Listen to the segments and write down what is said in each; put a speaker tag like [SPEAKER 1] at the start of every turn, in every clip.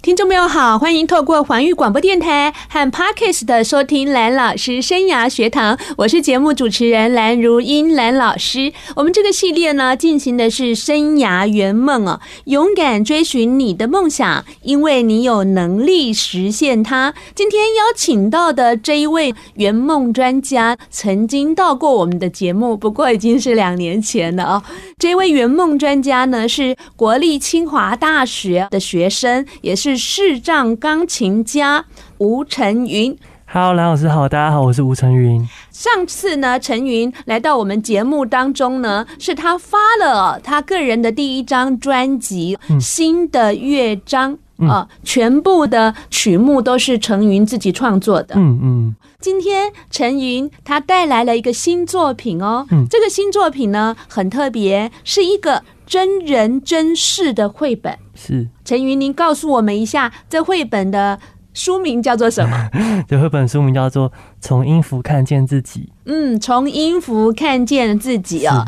[SPEAKER 1] 听众朋友好，欢迎透过环宇广播电台和 Parkes 的收听蓝老师生涯学堂，我是节目主持人蓝如英蓝老师。我们这个系列呢，进行的是生涯圆梦哦，勇敢追寻你的梦想，因为你有能力实现它。今天邀请到的这一位圆梦专家，曾经到过我们的节目，不过已经是两年前了哦。这位圆梦专家呢，是国立清华大学的学生，也是视障钢琴家吴晨云。
[SPEAKER 2] Hello，蓝老师好，大家好，我是吴成云。
[SPEAKER 1] 上次呢，陈云来到我们节目当中呢，是他发了他个人的第一张专辑《新的乐章》啊、全部的曲目都是陈云自己创作的。
[SPEAKER 2] 嗯嗯，
[SPEAKER 1] 今天陈云他带来了一个新作品哦，
[SPEAKER 2] 嗯
[SPEAKER 1] 这个新作品呢很特别，是一个真人真事的绘本。
[SPEAKER 2] 是
[SPEAKER 1] 陈云，您告诉我们一下，这绘本的书名叫做什么？
[SPEAKER 2] 这绘本书名叫做《从音符看见自己
[SPEAKER 1] 嗯，从音符看见自己啊、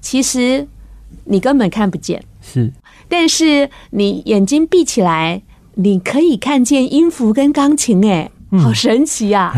[SPEAKER 1] 其实你根本看不见，》，
[SPEAKER 2] 是
[SPEAKER 1] 但是你眼睛闭起来，你可以看见音符跟钢琴，哎，
[SPEAKER 2] 嗯
[SPEAKER 1] 好神奇 啊！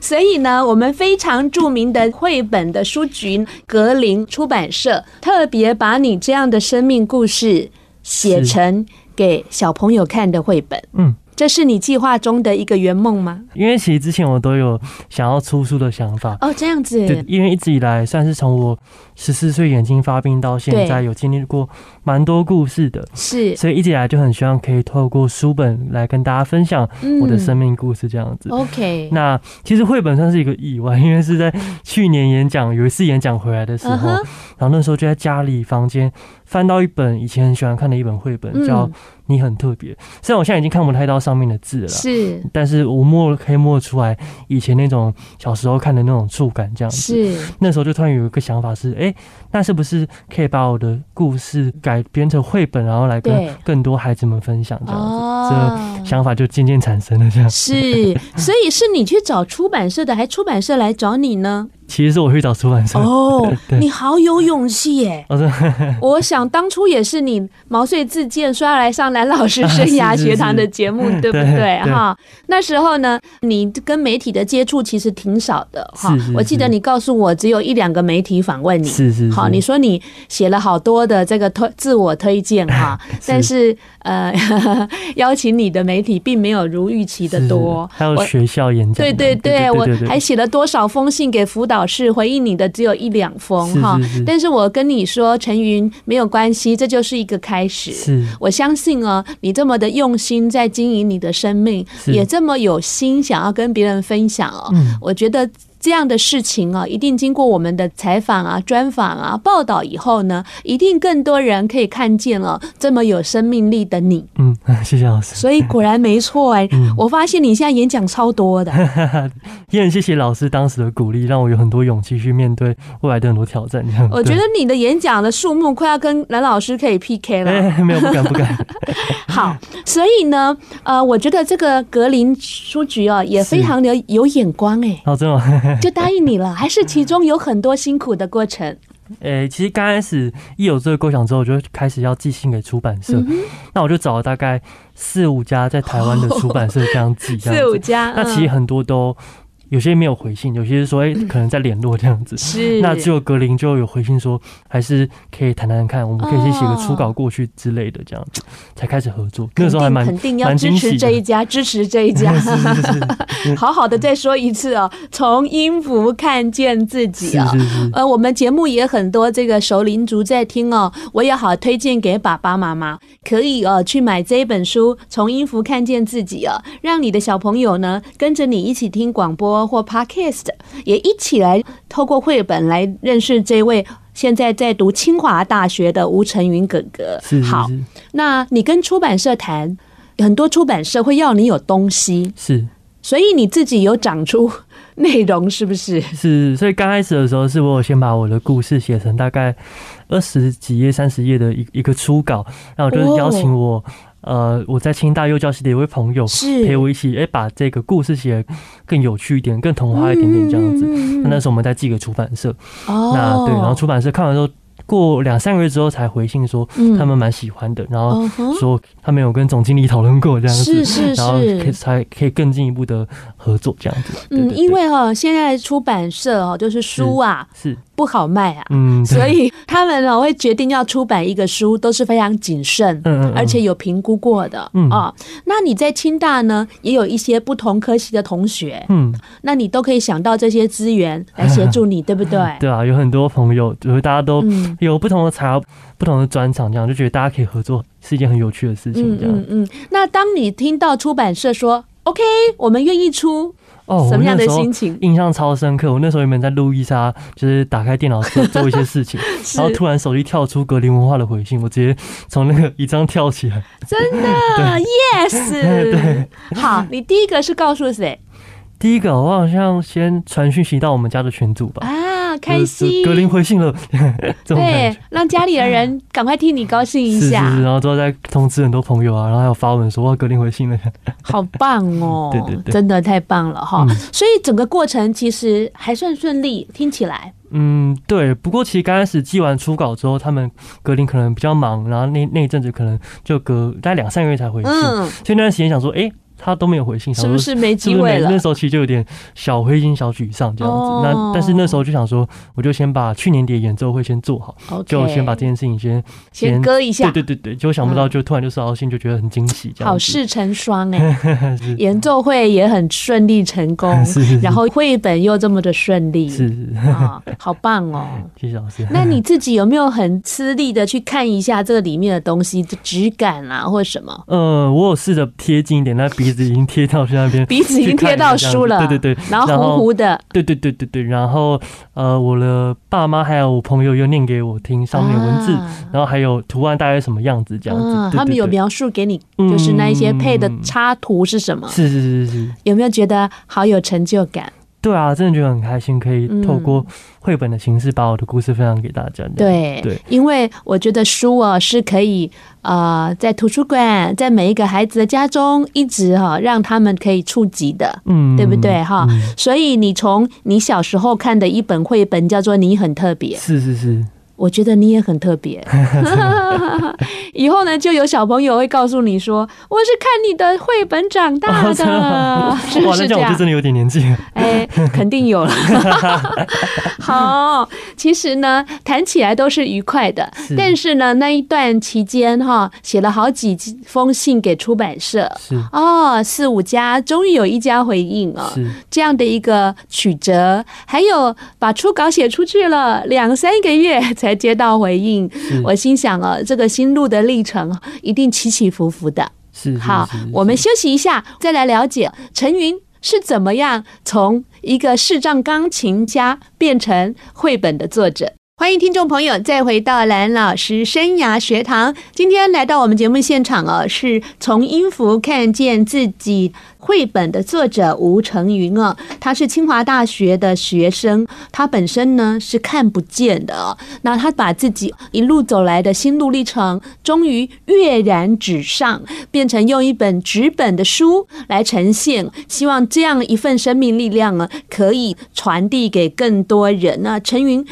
[SPEAKER 1] 所以呢，我们非常著名的绘本的书局格林出版社特别把你这样的生命故事写
[SPEAKER 2] 是
[SPEAKER 1] 成给小朋友看的绘本。
[SPEAKER 2] 嗯，
[SPEAKER 1] 这是你计划中的一个圆梦吗？
[SPEAKER 2] 因为其实之前我都有想要出书的想法。
[SPEAKER 1] 哦，这样子，
[SPEAKER 2] 对，因为一直以来算是从我十四岁眼睛发病到现在，
[SPEAKER 1] 对
[SPEAKER 2] 有经历过蛮多故事的，
[SPEAKER 1] 是
[SPEAKER 2] 所以一直以来就很希望可以透过书本来跟大家分享我的生命故事这样子。
[SPEAKER 1] 嗯、OK。
[SPEAKER 2] 那其实绘本算是一个意外，因为是在去年演讲有一次演讲回来的时候
[SPEAKER 1] 嗯
[SPEAKER 2] 然后那时候就在家里房间翻到一本以前很喜欢看的一本绘本，叫《
[SPEAKER 1] 嗯、
[SPEAKER 2] 你很特别》。虽然我现在已经看不太到上面的字了啦，
[SPEAKER 1] 是
[SPEAKER 2] 但是我摸可以摸得出来以前那种小时候看的那种触感，这样子。
[SPEAKER 1] 是
[SPEAKER 2] 那时候就突然有一个想法是，哎、那是不是可以把我的故事改编成绘本，然后来
[SPEAKER 1] 对
[SPEAKER 2] 跟更多孩子们分享这样子？
[SPEAKER 1] 哦
[SPEAKER 2] 这想法就渐渐产生了 这样。
[SPEAKER 1] 是，所以是你去找出版社的，还出版社来找你呢？
[SPEAKER 2] 其实是我去找出版社，
[SPEAKER 1] 哦，
[SPEAKER 2] 对
[SPEAKER 1] 你好有勇气 耶！
[SPEAKER 2] 哦，真的
[SPEAKER 1] 我想当初也是你毛遂自荐，说要来上蓝老师生涯学堂的节 目，对不
[SPEAKER 2] 对
[SPEAKER 1] 对？
[SPEAKER 2] 对
[SPEAKER 1] 哈，那时候呢，你跟媒体的接触其实挺少的哈
[SPEAKER 2] 是是。
[SPEAKER 1] 我记得
[SPEAKER 2] 是
[SPEAKER 1] 你告诉我，只有一两个媒体访问你，
[SPEAKER 2] 是是是
[SPEAKER 1] 好，你说你写了好多的这个推自我推荐 哈，但是呃， 邀请你的媒体并没有如预期的多。
[SPEAKER 2] 还有
[SPEAKER 1] 我
[SPEAKER 2] 学校演讲
[SPEAKER 1] 对
[SPEAKER 2] 的，
[SPEAKER 1] 对对，我
[SPEAKER 2] 对对
[SPEAKER 1] 还写了多少封信给辅导室，回应你的只有一两封
[SPEAKER 2] 是
[SPEAKER 1] 哈
[SPEAKER 2] 是是。
[SPEAKER 1] 但是我跟你说，陈云没有关系，这就是一个开始。
[SPEAKER 2] 是
[SPEAKER 1] 我相信哦，你这么的用心在经营你的生命，
[SPEAKER 2] 是
[SPEAKER 1] 也这么有心想要跟别人分享哦。
[SPEAKER 2] 嗯
[SPEAKER 1] 我觉得这样的事情啊，一定经过我们的采访啊、专访啊、报道以后呢，一定更多人可以看见了这么有生命力的你。
[SPEAKER 2] 嗯， 谢谢老师，
[SPEAKER 1] 所以果然没错哎、
[SPEAKER 2] 嗯
[SPEAKER 1] 我发现你现在演讲超多的。
[SPEAKER 2] 也很谢谢老师当时的鼓励，让我有很多勇气去面对未来的很多挑战。这样
[SPEAKER 1] 我觉
[SPEAKER 2] 对
[SPEAKER 1] 得你的演讲的数目快要跟蓝老师可以 PK 了。
[SPEAKER 2] 哎，没有不敢不 敢，
[SPEAKER 1] 好，所以呢，呃，我觉得这个格林书局哦也非常的有眼光哎、
[SPEAKER 2] 哦，真的吗，
[SPEAKER 1] 就答应你了，还是其中有很多辛苦的过程。
[SPEAKER 2] 哎，其实刚开始一有这个构想之后，我就开始要寄信给出版社，
[SPEAKER 1] 嗯哼，
[SPEAKER 2] 那我就找了大概四五家在台湾的出版社这样寄， 这
[SPEAKER 1] 四
[SPEAKER 2] 样
[SPEAKER 1] 五
[SPEAKER 2] 子。
[SPEAKER 1] 家，嗯
[SPEAKER 2] 那其实很多都有些没有回信，有些是说哎可能在联络这样子
[SPEAKER 1] 嗯。是
[SPEAKER 2] 那只有格林就有回信说，还是可以谈谈看，我们可以先写个初稿过去之类的，这样子才开始合作。那时候还蛮
[SPEAKER 1] 肯定要
[SPEAKER 2] 蛮
[SPEAKER 1] 支
[SPEAKER 2] 惊喜
[SPEAKER 1] 持
[SPEAKER 2] 的
[SPEAKER 1] 这一家，支持这一家。
[SPEAKER 2] 是是是
[SPEAKER 1] 好好的再说一次哦，从音符看见自己
[SPEAKER 2] 是
[SPEAKER 1] 哦。
[SPEAKER 2] 是是，
[SPEAKER 1] 呃，我们节目也很多这个熟龄族在听哦，我也好推荐给爸爸妈妈，可以呃去买这一本书《从音符看见自己》哦，让你的小朋友呢跟着你一起听广播或 podcast，也一起来透过绘本来认识这位现在在读清华大学的吴晨云哥哥。
[SPEAKER 2] 是
[SPEAKER 1] 好，
[SPEAKER 2] 是
[SPEAKER 1] 那你跟出版社谈，很多出版社会要你有东西，
[SPEAKER 2] 是
[SPEAKER 1] 所以你自己有长出内容，是不是？
[SPEAKER 2] 是是，所以刚开始的时候，是我有先把我的故事写
[SPEAKER 1] 哦
[SPEAKER 2] 成大概二十几页、三十页的一一个初稿，然后我就邀请我呃，我在清大幼教系的一位朋友
[SPEAKER 1] 是
[SPEAKER 2] 陪我一起，哎、把这个故事写得更有趣一点，更童话一点点这样子。
[SPEAKER 1] 嗯嗯嗯嗯
[SPEAKER 2] 那那时候我们在寄给出版社，
[SPEAKER 1] 哦，
[SPEAKER 2] 那对，然后出版社看完之后，过两三个月之后才回信说
[SPEAKER 1] 嗯
[SPEAKER 2] 他们蛮喜欢的，然后
[SPEAKER 1] 嗯哼
[SPEAKER 2] 说他们有跟总经理讨论过这样
[SPEAKER 1] 是，
[SPEAKER 2] 子
[SPEAKER 1] 是
[SPEAKER 2] 然后可以
[SPEAKER 1] 是，
[SPEAKER 2] 才可以更进一步的合作这样子。对
[SPEAKER 1] 嗯，
[SPEAKER 2] 对
[SPEAKER 1] 因
[SPEAKER 2] 对
[SPEAKER 1] 为哦，现在出版社哦，就是书啊
[SPEAKER 2] 是
[SPEAKER 1] 不好卖啊，
[SPEAKER 2] 嗯，对
[SPEAKER 1] 所以他们呢会决定要出版一个书，都是非常谨慎，
[SPEAKER 2] 嗯嗯嗯
[SPEAKER 1] 而且有评估过的，
[SPEAKER 2] 嗯
[SPEAKER 1] 哦。那你在清大呢，也有一些不同科系的同学，
[SPEAKER 2] 嗯，
[SPEAKER 1] 那你都可以想到这些资源来协助你，对不对？
[SPEAKER 2] 对啊，有很多朋友，就是大家 都
[SPEAKER 1] 嗯
[SPEAKER 2] 有不同的才华、不同的专长，这样就觉得大家可以合作是一件很有趣的事情
[SPEAKER 1] 嗯。
[SPEAKER 2] 这样
[SPEAKER 1] 嗯嗯。那当你听到出版社说 “OK，我们愿意出”，
[SPEAKER 2] 哦，
[SPEAKER 1] 什
[SPEAKER 2] 我
[SPEAKER 1] 么样
[SPEAKER 2] 那
[SPEAKER 1] 的
[SPEAKER 2] 时候
[SPEAKER 1] 心情？
[SPEAKER 2] 印象超深刻。我那时候原本在路易莎，啊就是打开电脑做做一些 事情，
[SPEAKER 1] 是
[SPEAKER 2] 然后突然手机跳出格林文化的回信，我直接从那个椅子上跳起 来。
[SPEAKER 1] 真的 yes。好，你第一个是告诉谁
[SPEAKER 2] 第一个，我好像先传讯息到我们家的群组吧，
[SPEAKER 1] 啊？
[SPEAKER 2] 就是
[SPEAKER 1] 开心，
[SPEAKER 2] 格林回信了， 这种感
[SPEAKER 1] 对
[SPEAKER 2] 觉。，
[SPEAKER 1] 让家里的人 赶快替你高兴一
[SPEAKER 2] 是是
[SPEAKER 1] 下，
[SPEAKER 2] 是，然后之后再通知很多朋友啊，然后还有发文说哇，格林回信了，
[SPEAKER 1] 好棒哦！
[SPEAKER 2] 对对对
[SPEAKER 1] 真的太棒了哈！
[SPEAKER 2] 嗯
[SPEAKER 1] 所以整个过程其实还算顺利，听起来
[SPEAKER 2] 嗯，对。不过其实刚开始寄完初稿之后，他们格林可能比较忙，然后那那一阵子可能就隔大概两三个月才回信，
[SPEAKER 1] 嗯，
[SPEAKER 2] 所以那段时间想说，诶，他都没有回信，想
[SPEAKER 1] 是
[SPEAKER 2] 说
[SPEAKER 1] 不是没
[SPEAKER 2] 是
[SPEAKER 1] 机
[SPEAKER 2] 不是
[SPEAKER 1] 会
[SPEAKER 2] 没
[SPEAKER 1] 了
[SPEAKER 2] 那？时候其实就有点小灰心、小沮丧这样子。
[SPEAKER 1] 哦
[SPEAKER 2] 那但是那时候就想说，我就先把去年底的演奏会先做好，
[SPEAKER 1] OK，
[SPEAKER 2] 就先把这件事情先
[SPEAKER 1] 先割一下，
[SPEAKER 2] 对对对对，就想不到就突然就收到信，就觉得很惊喜这样子。
[SPEAKER 1] 嗯好事成双哎、演奏会也很顺利成功，
[SPEAKER 2] 是是是
[SPEAKER 1] 然后绘本又这么的顺利，
[SPEAKER 2] 是是，
[SPEAKER 1] 啊、好棒 哦！
[SPEAKER 2] 谢谢老师。
[SPEAKER 1] 那你自己有没有很吃力的去看一下这个里面的东西，质感啊，或者什么？
[SPEAKER 2] 呃，我有试着贴近一点，但鼻子已经贴到去那边，
[SPEAKER 1] 鼻子已经贴到书了，
[SPEAKER 2] 去看一下这样子对对对，
[SPEAKER 1] 然后糊糊的，
[SPEAKER 2] 对对对对对，然后呃，我的爸妈还有我朋友又念给我听上面的文字，
[SPEAKER 1] 啊
[SPEAKER 2] 然后还有图案大概什么样子这样子，
[SPEAKER 1] 嗯，
[SPEAKER 2] 对
[SPEAKER 1] 他们有
[SPEAKER 2] 对
[SPEAKER 1] 描述给你，就是那一些配的插图是什么？
[SPEAKER 2] 是是是是是，
[SPEAKER 1] 有没有觉得好有成就感？
[SPEAKER 2] 对啊，真的觉得很开心，可以透
[SPEAKER 1] 嗯
[SPEAKER 2] 过绘本的形式把我的故事分享给大家。这样，
[SPEAKER 1] 对，
[SPEAKER 2] 对
[SPEAKER 1] 因为我觉得书啊是可以呃，在图书馆，在每一个孩子的家中，一直哈、让他们可以触及的。
[SPEAKER 2] 嗯
[SPEAKER 1] 对不对哈
[SPEAKER 2] 嗯
[SPEAKER 1] 所以你从你小时候看的一本绘本叫做《你很特别》，
[SPEAKER 2] 是是是，
[SPEAKER 1] 我觉得你也很特 别。 以后呢，就有小朋友会告诉你说，我是看你的绘本长大
[SPEAKER 2] 哦真的
[SPEAKER 1] 的
[SPEAKER 2] 吗，
[SPEAKER 1] 是不
[SPEAKER 2] 哇，
[SPEAKER 1] 是
[SPEAKER 2] 那
[SPEAKER 1] 这
[SPEAKER 2] 这样我
[SPEAKER 1] 样
[SPEAKER 2] 就？真的有点 年纪了。
[SPEAKER 1] 哎，肯定有了。 好，其实呢，谈起来都是愉快的，
[SPEAKER 2] 是
[SPEAKER 1] 但是呢，那一段期间哈，写了好几封信给出版社。
[SPEAKER 2] 是
[SPEAKER 1] 哦，四五家终于有一家回应哦，
[SPEAKER 2] 是，
[SPEAKER 1] 这样的一个曲折，还有把初稿写出去了两三个月才接到回应，
[SPEAKER 2] 是
[SPEAKER 1] 我心想哦，这个心路的历程一定起起伏伏的。
[SPEAKER 2] 是是
[SPEAKER 1] 好
[SPEAKER 2] 嗯是是，
[SPEAKER 1] 我们休息一下，再来了解陈云是怎么样从一个视障钢琴家变成绘本的作者。欢迎听众朋友再回到蓝老师生涯学堂。今天来到我们节目现场哦，是从音符看见自己绘本的作者吴成云哦，他是清华大学的学生，他本身呢是看不见的哦。那他把自己一路走来的心路历程，终于跃然纸上，变成用一本纸本的书来呈现。希望这样一份生命力量呢，可以传递给更多人。那陈云，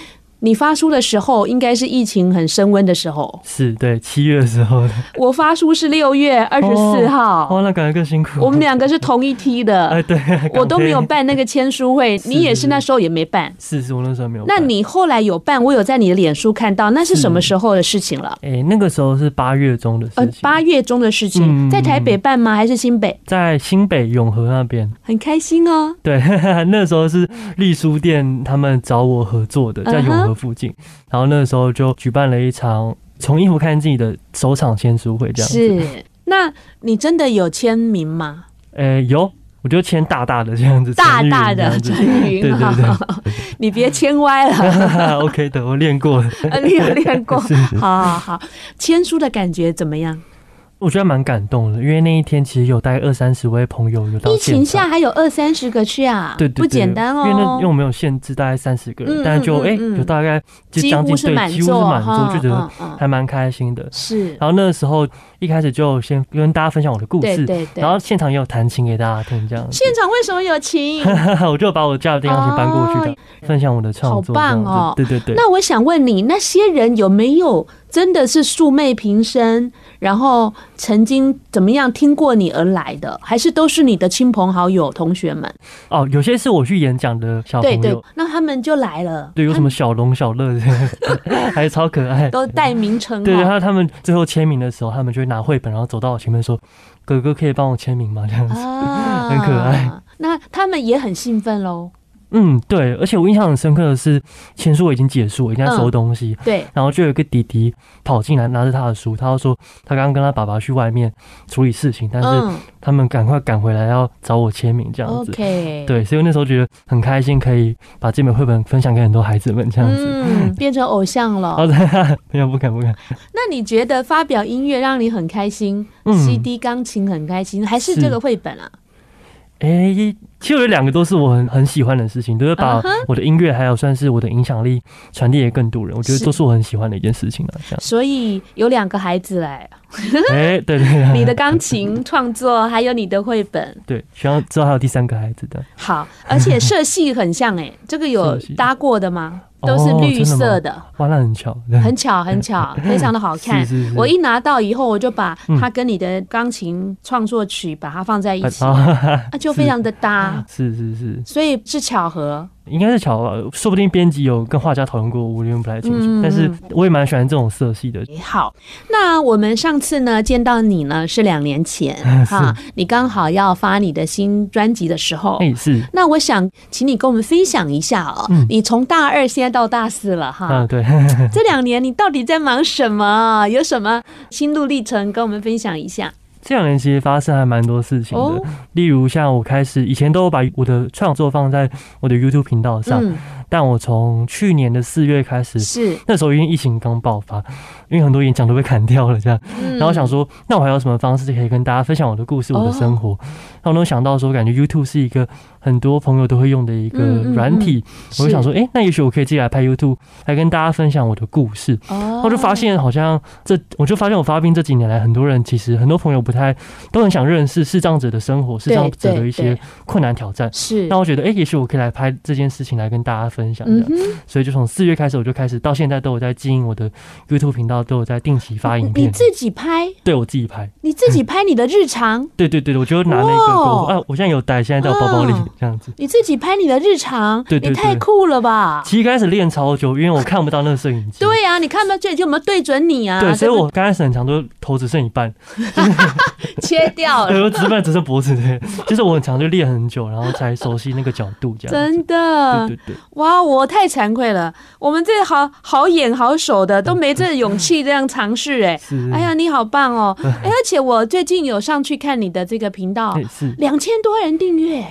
[SPEAKER 1] 你发书的时候，应该是疫情很升温的时候。
[SPEAKER 2] 是对七月的时候的，
[SPEAKER 1] 我发书是六月二十四号，
[SPEAKER 2] 哦，那感觉更辛苦。
[SPEAKER 1] 我们两个是同一梯的
[SPEAKER 2] 哎，，对，
[SPEAKER 1] 我都没有
[SPEAKER 2] 港片。
[SPEAKER 1] 办那个签书会，你也
[SPEAKER 2] 是
[SPEAKER 1] 是那时候也没办。
[SPEAKER 2] 是是，我那时候没有
[SPEAKER 1] 那
[SPEAKER 2] 办。
[SPEAKER 1] 你后来有办，我有在你的脸书看到，那是什么时候的事情了？
[SPEAKER 2] 哎，那个时候是八月中的
[SPEAKER 1] 呃
[SPEAKER 2] 事，情，
[SPEAKER 1] 八月中的事情，
[SPEAKER 2] 嗯
[SPEAKER 1] 在台北办吗？还是新北？
[SPEAKER 2] 在新北永和那边。
[SPEAKER 1] 很开心哦。
[SPEAKER 2] 对， 那时候是丽书店他们找我合作的，在
[SPEAKER 1] 嗯哼
[SPEAKER 2] 永和附近。然后那时候就举办了一场从衣服看自己的首场签书会，这样子。
[SPEAKER 1] 是，那你真的有签名吗？
[SPEAKER 2] 哎，有，我就签大大的这样子，
[SPEAKER 1] 大大的
[SPEAKER 2] 陈玉云这样子
[SPEAKER 1] 陈
[SPEAKER 2] 对
[SPEAKER 1] 云
[SPEAKER 2] 对
[SPEAKER 1] 哈，
[SPEAKER 2] 对
[SPEAKER 1] 你别签歪 了，
[SPEAKER 2] ，OK 的，我练过了。
[SPEAKER 1] 你有练过。
[SPEAKER 2] 是是
[SPEAKER 1] 好好好，签书的感觉怎么样？
[SPEAKER 2] 我觉得蛮感动的，因为那一天其实有大概二三十位朋友有到
[SPEAKER 1] 疫情
[SPEAKER 2] 现
[SPEAKER 1] 下
[SPEAKER 2] 场。
[SPEAKER 1] 还有二三十个去啊，
[SPEAKER 2] 对对对，
[SPEAKER 1] 不简单哦。
[SPEAKER 2] 因为那因为我们有限制大概三十个
[SPEAKER 1] 嗯
[SPEAKER 2] 人，但是就
[SPEAKER 1] 嗯
[SPEAKER 2] 哎、
[SPEAKER 1] 嗯嗯
[SPEAKER 2] 有大概就
[SPEAKER 1] 几
[SPEAKER 2] 将近
[SPEAKER 1] 乎是
[SPEAKER 2] 对
[SPEAKER 1] 满
[SPEAKER 2] 几乎
[SPEAKER 1] 座，
[SPEAKER 2] 是满座，就觉得
[SPEAKER 1] 嗯嗯嗯
[SPEAKER 2] 还蛮开心的。
[SPEAKER 1] 是，
[SPEAKER 2] 然后那个时候一开始就先跟大家分享我的故
[SPEAKER 1] 对
[SPEAKER 2] 事，
[SPEAKER 1] 对对
[SPEAKER 2] 然。后现场也有弹琴给大家听，这样子。
[SPEAKER 1] 现场为什么有 琴？
[SPEAKER 2] 我就把我家的电钢琴搬过去的，分享我的创
[SPEAKER 1] 哦好
[SPEAKER 2] 作。
[SPEAKER 1] 棒哦
[SPEAKER 2] 这样子对对对。
[SPEAKER 1] 那我想问你，那些人有没有真的是素昧平生，然后曾经怎么样听过你而来的，还是都是你的亲朋好友、同学们？
[SPEAKER 2] 哦，有些是我去演讲的小啊朋
[SPEAKER 1] 对
[SPEAKER 2] 友，
[SPEAKER 1] 对，那他们就来了。
[SPEAKER 2] 对有什么
[SPEAKER 1] 他
[SPEAKER 2] 小龙、小乐这样， 还超可爱
[SPEAKER 1] 们。都带名称
[SPEAKER 2] 对，然
[SPEAKER 1] 哦。
[SPEAKER 2] 后他们最后签名的时候，他们就会拿绘本，然后走到我前面说：“哥哥可以帮我签名吗？”这样子。
[SPEAKER 1] 啊
[SPEAKER 2] 很可爱。
[SPEAKER 1] 那他们也很兴奋喽。
[SPEAKER 2] 嗯，对。而且我印象很深刻的是，签书我已经结束，我已经在收东西，
[SPEAKER 1] 对，
[SPEAKER 2] 然后就有一个弟弟跑进来拿着他的书，他就说他刚刚跟他爸爸去外面处理事情，但是
[SPEAKER 1] 嗯
[SPEAKER 2] 他们赶快赶回来要找我签名这样子。
[SPEAKER 1] ，OK，，
[SPEAKER 2] 对，所以我那时候觉得很开心，可以把这本绘本分享给很多孩子们这样子。
[SPEAKER 1] 嗯，变成偶像了。
[SPEAKER 2] 好的， 没有不敢不敢。
[SPEAKER 1] 那你觉得发表音乐让你很开心、
[SPEAKER 2] 嗯
[SPEAKER 1] c d 钢琴很开心，还是
[SPEAKER 2] 是
[SPEAKER 1] 这个绘本啊？
[SPEAKER 2] 哎、其实我觉得两个都是我很很喜欢的事情，就是把
[SPEAKER 1] 嗯哼
[SPEAKER 2] 我的音乐还有算是我的影响力传递给更多人，我觉
[SPEAKER 1] 是，
[SPEAKER 2] 得都是我很喜欢的一件事情了、啊这样
[SPEAKER 1] 所以有两个孩子来，
[SPEAKER 2] 哎、对对对，
[SPEAKER 1] 你的钢琴创作，还有你的绘本，
[SPEAKER 2] 对，希望之后还有第三个孩子的，
[SPEAKER 1] 好，而且色系很像哎、这个有
[SPEAKER 2] 色系
[SPEAKER 1] 搭过的吗？
[SPEAKER 2] 哦
[SPEAKER 1] 都是绿色
[SPEAKER 2] 真
[SPEAKER 1] 的，
[SPEAKER 2] 哇，那很巧，对
[SPEAKER 1] 很巧很巧，非常的好看。
[SPEAKER 2] 是嗯是是
[SPEAKER 1] 我一拿到以后，我就把它跟你的钢琴创作曲把它放在一起，
[SPEAKER 2] 啊，哈 哈
[SPEAKER 1] 啊，就非常的搭，
[SPEAKER 2] 是是是，
[SPEAKER 1] 所以是巧合。
[SPEAKER 2] 应该是巧吧，说不定编辑有跟画家讨论过，我有点不太清楚，
[SPEAKER 1] 嗯哦
[SPEAKER 2] 但是我也蛮喜欢这种色系的，
[SPEAKER 1] 好，那我们上次呢见到你呢是两年前
[SPEAKER 2] 啊
[SPEAKER 1] 哈，你刚好要发你的新专辑的时候。
[SPEAKER 2] 哎、是，
[SPEAKER 1] 那我想请你跟我们分享一下哦，
[SPEAKER 2] 嗯
[SPEAKER 1] 你从大二现在到大四了哈，
[SPEAKER 2] 嗯，对。
[SPEAKER 1] 这两年你到底在忙什么？有什么心路历程跟我们分享一下？
[SPEAKER 2] 这两年其实发生还蛮多事情的，
[SPEAKER 1] 哦
[SPEAKER 2] 例如像我开始以前都有把我的创作放在我的啊 YouTube 频道上，
[SPEAKER 1] 嗯，
[SPEAKER 2] 但我从去年的四月开始，
[SPEAKER 1] 是，
[SPEAKER 2] 那时候因为疫情刚爆发，因为很多演讲都被砍掉了这样，
[SPEAKER 1] 嗯
[SPEAKER 2] 然后想说，那我还有什么方式可以跟大家分享我的故事、我的生活？
[SPEAKER 1] 哦
[SPEAKER 2] 然后呢，我想到说，感觉 YouTube 是一个很多朋友都会用的一个
[SPEAKER 1] 嗯嗯嗯
[SPEAKER 2] 软体，我就想
[SPEAKER 1] 是，
[SPEAKER 2] 说，诶，那也许我可以自己来拍 YouTube 来跟大家分享我的故事。
[SPEAKER 1] 哦
[SPEAKER 2] 然后就发现好像这，我就发现我发病这几年来，很多人其实很多朋友不太都很想认识视障者的生活，视障者的一
[SPEAKER 1] 对
[SPEAKER 2] 些困难挑战。
[SPEAKER 1] 哦是
[SPEAKER 2] 那，我觉得，哎、也许我可以来拍这件事情来跟大家分享这
[SPEAKER 1] 嗯
[SPEAKER 2] 样。
[SPEAKER 1] 哼，
[SPEAKER 2] 所以就从四月开始，我就开始到现在都有在经营我的 YouTube 频道，都有在定期发影
[SPEAKER 1] 哦你
[SPEAKER 2] 片，
[SPEAKER 1] 自己拍，
[SPEAKER 2] 对我自己拍。
[SPEAKER 1] 你自己拍你的日常，
[SPEAKER 2] 对对对，我就拿那个
[SPEAKER 1] 哇
[SPEAKER 2] GoPro，啊，我现在有带，现在在我包包里
[SPEAKER 1] 嗯
[SPEAKER 2] 这样子。
[SPEAKER 1] 你自己拍你的日常，
[SPEAKER 2] 对对
[SPEAKER 1] 你太
[SPEAKER 2] 对
[SPEAKER 1] 酷了吧！
[SPEAKER 2] 其实开始练超久，因为我看不到那个摄影机。
[SPEAKER 1] 对啊，你看不到这里有没有对准你啊？
[SPEAKER 2] 对，所以
[SPEAKER 1] 这不
[SPEAKER 2] 我刚开始很长都头只剩一 半，
[SPEAKER 1] 切 掉
[SPEAKER 2] 对，
[SPEAKER 1] 了，
[SPEAKER 2] 我只剩只剩脖子对， 就是我很长就练很久，然后才熟悉那个角度这样子。
[SPEAKER 1] 真的
[SPEAKER 2] 对对对，
[SPEAKER 1] 哇！我太惭愧了，我们这好好眼好手的都没这勇气这样尝试 哎。
[SPEAKER 2] 是。
[SPEAKER 1] 哎呀，，你好棒 哦！哎，而且我最近有上去看你的这个频道，
[SPEAKER 2] 是
[SPEAKER 1] 两千多人订阅，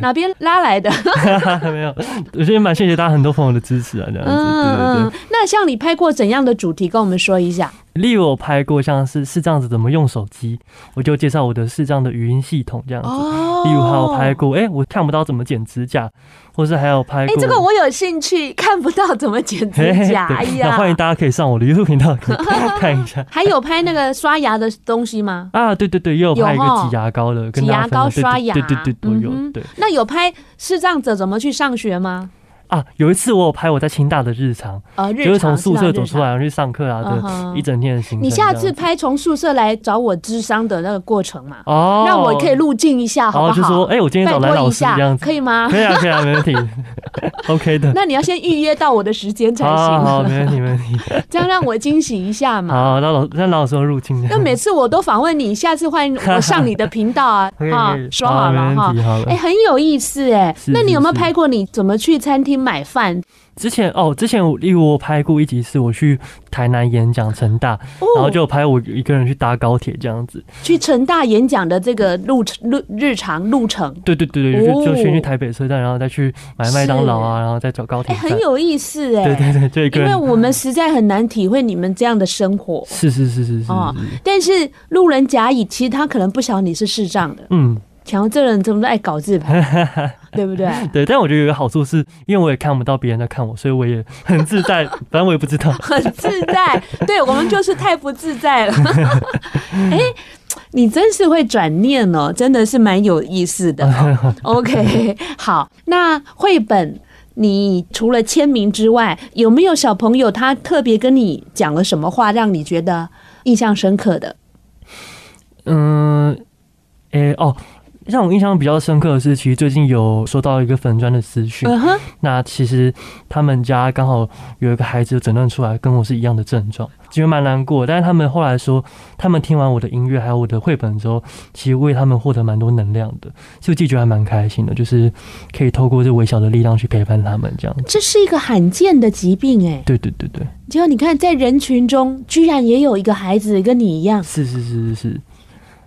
[SPEAKER 1] 哪边拉来 的？
[SPEAKER 2] 没有，我觉得蛮谢谢大家很多朋友的支持啊，这样子。对对对
[SPEAKER 1] 嗯。嗯，那像你拍过怎样的主题，跟我们说一下？
[SPEAKER 2] 例如我拍过像是视障者怎么用手机，我就介绍我的视障的语音系统这样子。
[SPEAKER 1] 哦
[SPEAKER 2] 例如还有拍过，哎、我看不到怎么剪指甲，或是还有拍
[SPEAKER 1] 哎
[SPEAKER 2] 过，，
[SPEAKER 1] 这个我有兴趣，看不到怎么剪指甲哎
[SPEAKER 2] 嘿嘿对
[SPEAKER 1] 呀
[SPEAKER 2] 那？欢迎大家可以上我的 YouTube 频道可以 看一下。
[SPEAKER 1] 还有拍那个刷牙的东西吗？
[SPEAKER 2] 啊，对对对，也有
[SPEAKER 1] 有
[SPEAKER 2] 拍一个
[SPEAKER 1] 吼
[SPEAKER 2] 挤牙膏的，跟
[SPEAKER 1] 挤
[SPEAKER 2] 大家
[SPEAKER 1] 牙
[SPEAKER 2] 分享
[SPEAKER 1] 膏
[SPEAKER 2] 对
[SPEAKER 1] 刷牙
[SPEAKER 2] 对对对对，都有、
[SPEAKER 1] 嗯哼
[SPEAKER 2] 对
[SPEAKER 1] 那有拍视障者怎么去上学吗？
[SPEAKER 2] 啊。有一次我有拍我在清大的日常，
[SPEAKER 1] 呃，日常
[SPEAKER 2] 就是从宿舍走
[SPEAKER 1] 日常
[SPEAKER 2] 出来然后去上课啊
[SPEAKER 1] 嗯
[SPEAKER 2] 对，
[SPEAKER 1] 哼
[SPEAKER 2] 一整天的行程。
[SPEAKER 1] 你下次
[SPEAKER 2] 这样子
[SPEAKER 1] 拍从宿舍来找我智商的那个过程嘛，
[SPEAKER 2] 哦，
[SPEAKER 1] 让我可以，录镜一下，
[SPEAKER 2] 然
[SPEAKER 1] 好
[SPEAKER 2] 后
[SPEAKER 1] 不
[SPEAKER 2] 就说，
[SPEAKER 1] 好？
[SPEAKER 2] 哎、我今天
[SPEAKER 1] 拜
[SPEAKER 2] 找蓝
[SPEAKER 1] 托
[SPEAKER 2] 老
[SPEAKER 1] 一
[SPEAKER 2] 师这样
[SPEAKER 1] 下，
[SPEAKER 2] 子，
[SPEAKER 1] 可以 吗？
[SPEAKER 2] 可以啊，可以啊，没问题，OK 的。
[SPEAKER 1] 那你要先预约到我的时间才
[SPEAKER 2] 好好好，
[SPEAKER 1] 行，
[SPEAKER 2] 没问题，没问题。
[SPEAKER 1] 这样让我惊喜一下嘛。
[SPEAKER 2] 哦好，那老那老师入侵这
[SPEAKER 1] 那
[SPEAKER 2] 样。
[SPEAKER 1] 每次我都访问你，下次换我上你的频道 啊
[SPEAKER 2] 可以，
[SPEAKER 1] 哈
[SPEAKER 2] 可以，
[SPEAKER 1] 说好了
[SPEAKER 2] 没
[SPEAKER 1] 哈
[SPEAKER 2] 问。题，好了
[SPEAKER 1] 哎、。很有意思哎。
[SPEAKER 2] 是
[SPEAKER 1] 那你有没有
[SPEAKER 2] 是
[SPEAKER 1] 拍过你怎么去餐厅买饭？
[SPEAKER 2] 之前哦，之前我例如我拍过一集，是我去台南演讲成大，然后
[SPEAKER 1] 哦，
[SPEAKER 2] 就拍我一个人去搭高铁这样子。
[SPEAKER 1] 去成大演讲的这个路程路日常路程，
[SPEAKER 2] 对对对对，就就先去
[SPEAKER 1] 哦
[SPEAKER 2] 台北车站，然后再去买麦当劳啊，然后再找高
[SPEAKER 1] 哎、
[SPEAKER 2] 铁 站。
[SPEAKER 1] 很有意思哎、
[SPEAKER 2] 对对对，就一个
[SPEAKER 1] 因为
[SPEAKER 2] 人。
[SPEAKER 1] 我们实在很难体会你们这样的生活。
[SPEAKER 2] 是是是是是是
[SPEAKER 1] 哦但是路人甲乙，其实他可能不晓得你是视障的，
[SPEAKER 2] 嗯，
[SPEAKER 1] 瞧这人怎么爱搞自拍， 对不对？
[SPEAKER 2] 对，但我觉得有一个好处是，因为我也看不到别人在看我，所以我也很自 在。反正我也不知道，
[SPEAKER 1] 很自在，对我们就是太不自在 了。哎、你真是会转念哦，真的是蛮有意思 的哦、OK，好，那绘本。你除了签名之外，有没有小朋友他特别跟你讲了什么话，让你觉得印象深刻的？
[SPEAKER 2] 嗯，诶、哦，让我印象比较深刻的是，其实最近有收到一个粉砖的私讯，
[SPEAKER 1] 嗯哼，
[SPEAKER 2] 那其实他们家刚好有一个孩子诊断出来跟我是一样的症状，其实蛮难过。但是他们后来说，他们听完我的音乐还有我的绘本之后，其实为他们获得蛮多能量的，所以我自己觉得还蛮开心的，就是可以透过这微小的力量去陪伴他们这样子。
[SPEAKER 1] 这是一个罕见的疾病哎、
[SPEAKER 2] 对对对对，
[SPEAKER 1] 结果你看，在人群中居然也有一个孩子跟你一样，
[SPEAKER 2] 是是是是是，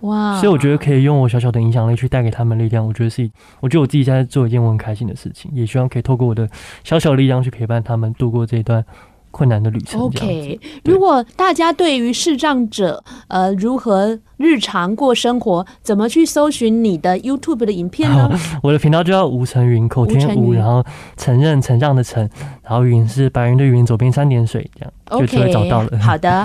[SPEAKER 1] 哇！
[SPEAKER 2] 所以我觉得可以用我小小的影响力去带给他们力量，我觉得是一，我觉得我自己在做一件我很开心的事情，也希望可以透过我的小小的力量去陪伴他们度过这一段困难的旅程。这样子
[SPEAKER 1] OK，
[SPEAKER 2] 对
[SPEAKER 1] 如果大家对于视障者呃如何日常过生活，怎么去搜寻你的 YouTube 的影片呢？
[SPEAKER 2] 我的频道就叫吴承云，口
[SPEAKER 1] 吴
[SPEAKER 2] 天
[SPEAKER 1] 承
[SPEAKER 2] 吴，
[SPEAKER 1] 云
[SPEAKER 2] 然后承认承让的承，然后云是白云的云，左边三点水这样。就就会
[SPEAKER 1] OK，
[SPEAKER 2] 找到了
[SPEAKER 1] 好的。